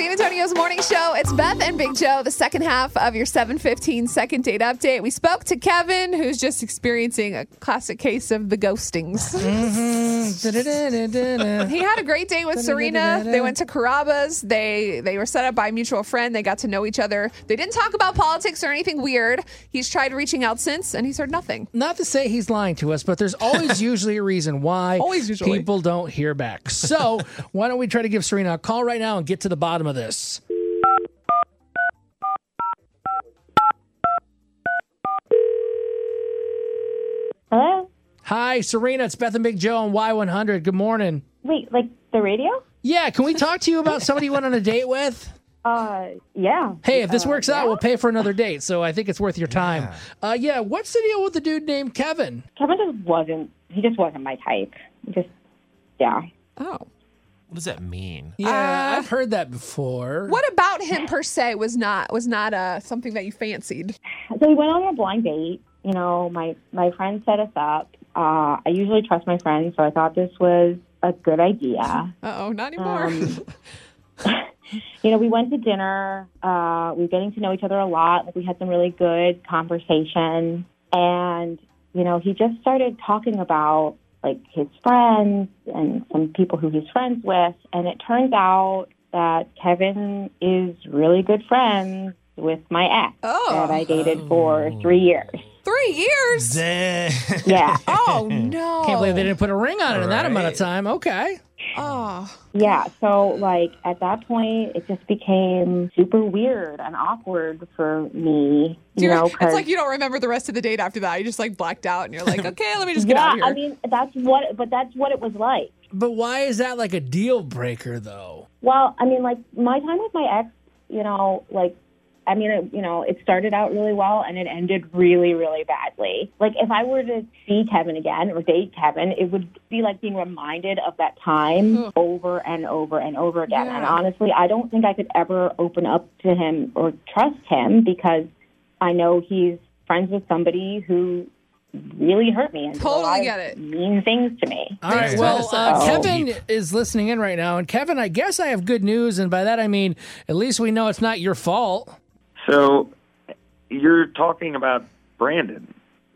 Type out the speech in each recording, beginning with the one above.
Antonio's morning show. It's Beth and Big Joe, the second half of your 715 second date update. We spoke to Kevin, who's just experiencing a classic case of the ghostings. Mm, he had a great day with Serena. They went to Carrabba's. They they were set up by a mutual friend. They got to know each other. They didn't talk about politics or anything weird. He's tried reaching out since and he's heard nothing. Not to say he's lying to us, but there's always usually a reason why Always usually. people don't hear back. So why don't we try to give Serena a call right now and get to the bottom of this? Hello? Hi, Serena. It's Beth and Big Joe on Y100. Good morning. Wait, like the radio? Yeah, can we talk to you about somebody you went on a date with? Uh, yeah. Hey, if this works out, we'll pay for another date. So I think it's worth your time. Yeah. Uh, yeah, what's the deal with the dude named Kevin? Kevin just wasn't, he just wasn't my type. He Just, yeah. Oh. What does that mean? Yeah, I've heard that before. What about him per se was not was not uh, something that you fancied? So we went on a blind date. You know, my, my friend set us up. Uh, I usually trust my friends, so I thought this was a good idea. Uh oh, not anymore. Um, you know, we went to dinner. Uh, we were getting to know each other a lot. Like we had some really good conversation, and you know, he just started talking about like his friends and some people who he's friends with. And it turns out that Kevin is really good friends with my ex Oh. that I dated for three years. Three years. Dang. Yeah, Oh no. Can't believe they didn't put a ring on it in that amount of Right. time. Okay. Oh, yeah. So like at that point, it just became super weird and awkward for me. You Dude, know, it's 'cause- like you don't remember the rest of the date after that. You just like blacked out, and you're like, okay, let me just get yeah, out of here. I mean that's what, but that's what it was like. But why is that like a deal breaker though? Well, I mean, like my time with my ex, you know, like. I mean, it, you know, it started out really well and it ended really, really badly. Like, if I were to see Kevin again or date Kevin, it would be like being reminded of that time over and over and over again. And Hmm. Yeah. honestly, I don't think I could ever open up to him or trust him because I know he's friends with somebody who really hurt me and did a Totally lot of get it. mean things to me. All right. Thanks, Well, Melissa. uh, Oh. Kevin is listening in right now, and Kevin, I guess I have good news, and by that I mean at least we know it's not your fault. So you're talking about Brandon,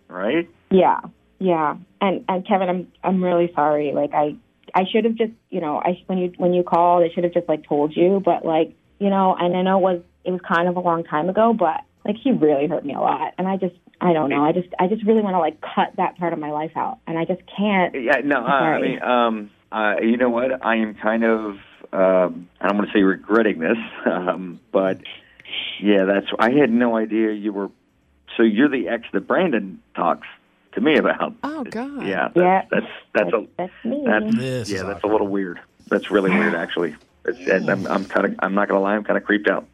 right? Yeah, yeah. And and Kevin, I'm I'm really sorry. Like I I should have just you know I when you when you called, I should have just like told you. But like you know, and I know it was it was kind of a long time ago, but like he really hurt me a lot, and I just I don't know. I just I just really want to like cut that part of my life out, and I just can't. Yeah, no, uh, I Right. mean, um, uh, you know what? I am kind of, um, I don't want to say regretting this, um, but yeah, that's, I had no idea you were, so you're the ex that Brandon talks to me about. oh god. Yeah, that's, Yeah. that's, that's a, That's me. that's, This is yeah, that's a little weird. That's really weird, actually. It's, and I'm, I'm kind of, I'm not going to lie, I'm kind of creeped out.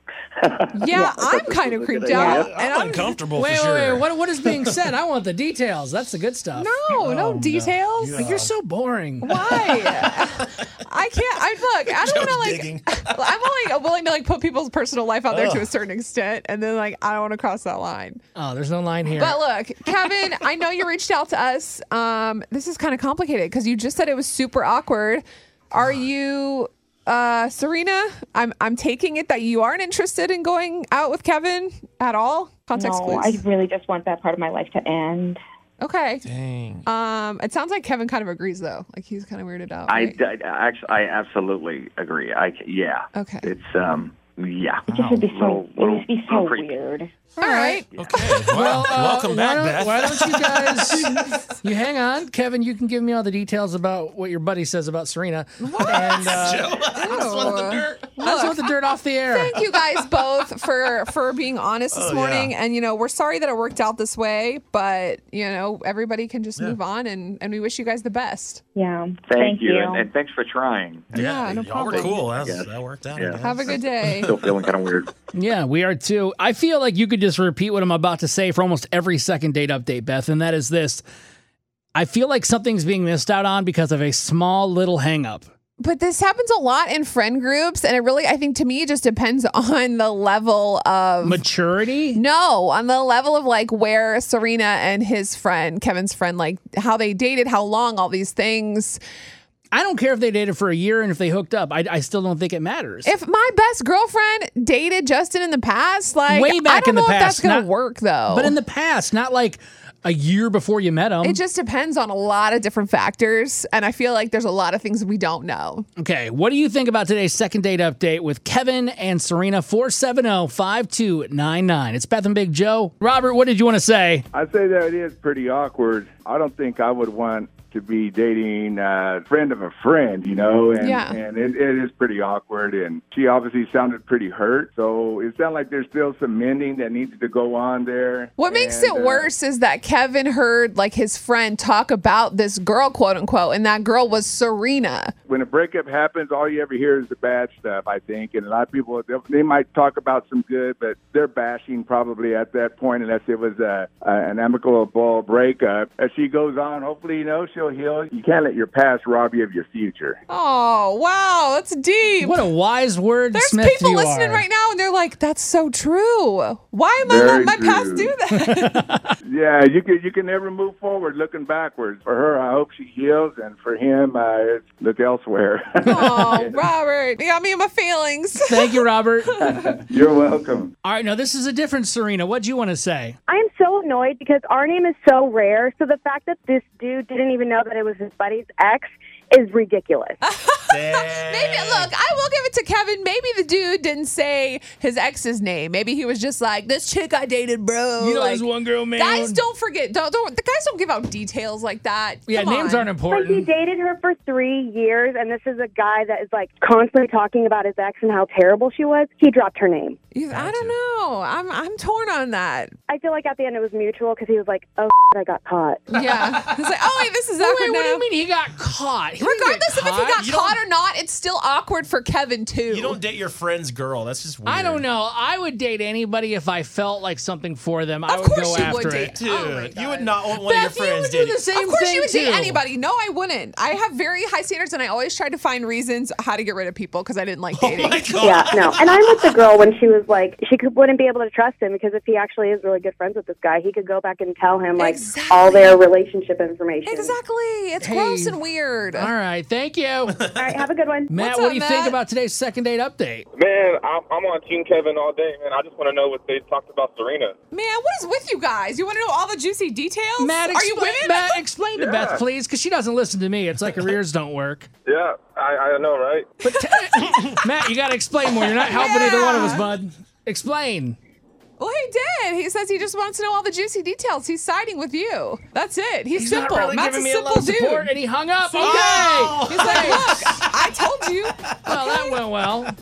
Yeah, I thought I'm this kind of was a good creeped idea. out. I'm, uncomfortable wait, for wait, sure. wait. What, what is being said? I want the details. That's the good stuff. No, no details. Like, Oh, you're so boring. Why? I can't. I look. I don't Joe's want to like. digging. I'm like willing to like put people's personal life out there to a certain extent, and then like I don't want to cross that line. Oh, there's no line here. But look, Kevin, I know you reached out to us. Um, this is kind of complicated because you just said it was super awkward. Are you, uh, Serena? I'm I'm taking it that you aren't interested in going out with Kevin at all. Context no, I clues. really just want that part of my life to end. Okay. Dang. Uh, Um, it sounds like Kevin kind of agrees though. Like he's kind of weirded out. I, right? I, I actually, I absolutely agree. I, c- yeah. Okay. It's, um, yeah. It just would be so. Little- little- it would be so little creepy. weird. all right. Okay. Wow. Uh, Welcome back, why don't, Beth. Why don't you guys? you hang on, Kevin. You can give me all the details about what your buddy says about Serena. And, uh, I just want Oh. the dirt. I just want the dirt off the air. Thank you guys both for for being honest this Oh, morning. yeah. And you know, we're sorry that it worked out this way, but you know, everybody can just move on and and we wish you guys the best. Yeah. Thank, you, And, and thanks for trying. Yeah, no y'all were problem. cool. That, was, Yes. that worked out. Yeah. I guess. Have a good day. Still feeling kind of weird. Yeah, we are too. I feel like you could just repeat what I'm about to say for almost every second date update, Beth, and that is this. I feel like something's being missed out on because of a small little hang up. But this happens a lot in friend groups and it really I think to me it just depends on the level of Maturity? No, on the level of like where Serena and his friend, Kevin's friend, like how they dated, how long, all these things. I don't care if they dated for a year and if they hooked up. I, I still don't think it matters. If my best girlfriend dated Justin in the past, like Way I back don't in the know if past, that's gonna not- work though. but in the past, not like a year before you met them. it just depends on a lot of different factors, and I feel like there's a lot of things we don't know. Okay, what do you think about today's second date update with Kevin and Serena oh, 470-5299? It's Beth and Big Joe. Robert, what did you want to say? I'd say that it is pretty awkward. I don't think I would want to be dating a friend of a friend, you know, and, Yeah. and it, it is pretty awkward. And she obviously sounded pretty hurt. So it sounded like there's still some mending that needs to go on there. What makes And, it uh, worse is that Kevin heard like his friend talk about this girl, quote unquote, and that girl was Serena. When a breakup happens, all you ever hear is the bad stuff, I think. And a lot of people, they'll- they might talk about some good, but they're bashing probably at that point, unless it was a, a, an amicable breakup. As she goes on, hopefully, you know, she'll heal. You can't let your past rob you of your future. Oh wow, that's deep. What a wise word There's Smith people you listening are. right now, and they're like, "That's so true. Why am I Very letting my past true. do that?" Yeah, you can you can never move forward looking backwards. For her, I hope she heals, and for him, uh, it's look elsewhere. oh, Robert, you got me in my feelings. Thank you, Robert. All You're welcome. right, now this is a different Serena. What do you want to say? I am so annoyed because our name is so rare. So the fact that this dude didn't even know that it was his buddy's ex is ridiculous. Maybe look, I will give it to Kevin. Maybe the dude didn't say his ex's name. Maybe he was just like, "This chick I dated, bro." Oh, like, girl, man. Guys, don't forget. Don't, don't the guys don't give out details like that. Yeah, Come names on. aren't But he important. dated her for three years, and this is a guy that is like constantly talking about his ex and how terrible she was. He dropped her name. You- I don't know. I'm I'm torn on that. I feel like at the end it was mutual because he was like, "Oh, I got caught." Yeah, it's like, oh wait, this is awkward Wait, what do now. you mean he got caught? He didn't get Regardless of if he caught. got You don't- caught or not, it's still awkward for Kevin too. You don't date your friend's girl. That's just weird. I don't know. I would date anybody if I felt like something for them. I Of would course go you after would it. date. Dude, Oh my you God. would not want one Beth, of your you friends would do dating. the same Of course, thing you would too. date anybody. No, I wouldn't. I have very high standards, and I always try to find reasons how to get rid of people because I didn't like dating. Oh my God. Yeah, no. And I'm with the girl when she was like, she could, wouldn't be able to trust him because if he actually is really good friends with this guy, he could go back and tell him like all their relationship information. exactly. It's Hey. gross and weird. All right, thank you. All right, have a good one. Matt, What's what up, do you Matt? think about today's second date update? Man, I'm, I'm on Team Kevin all day, man. I just want to know what they talked about Serena. Man, what is with you guys? You want to know all the juicy details? Matt, Are you expla- women? Matt, explain to Beth, please, because she doesn't listen to me. It's like her ears don't work. Yeah, I, I know, right? But t- Matt, you got to explain more. You're not helping either one of us, Yeah. bud. Explain. well, he did. He says he just wants to know all the juicy details. He's siding with you. That's it. He's, He's not simple. really Matt's giving a me a simple lot of dude. support, and he hung up. Okay. He's like, look, I told you. Well, that went well.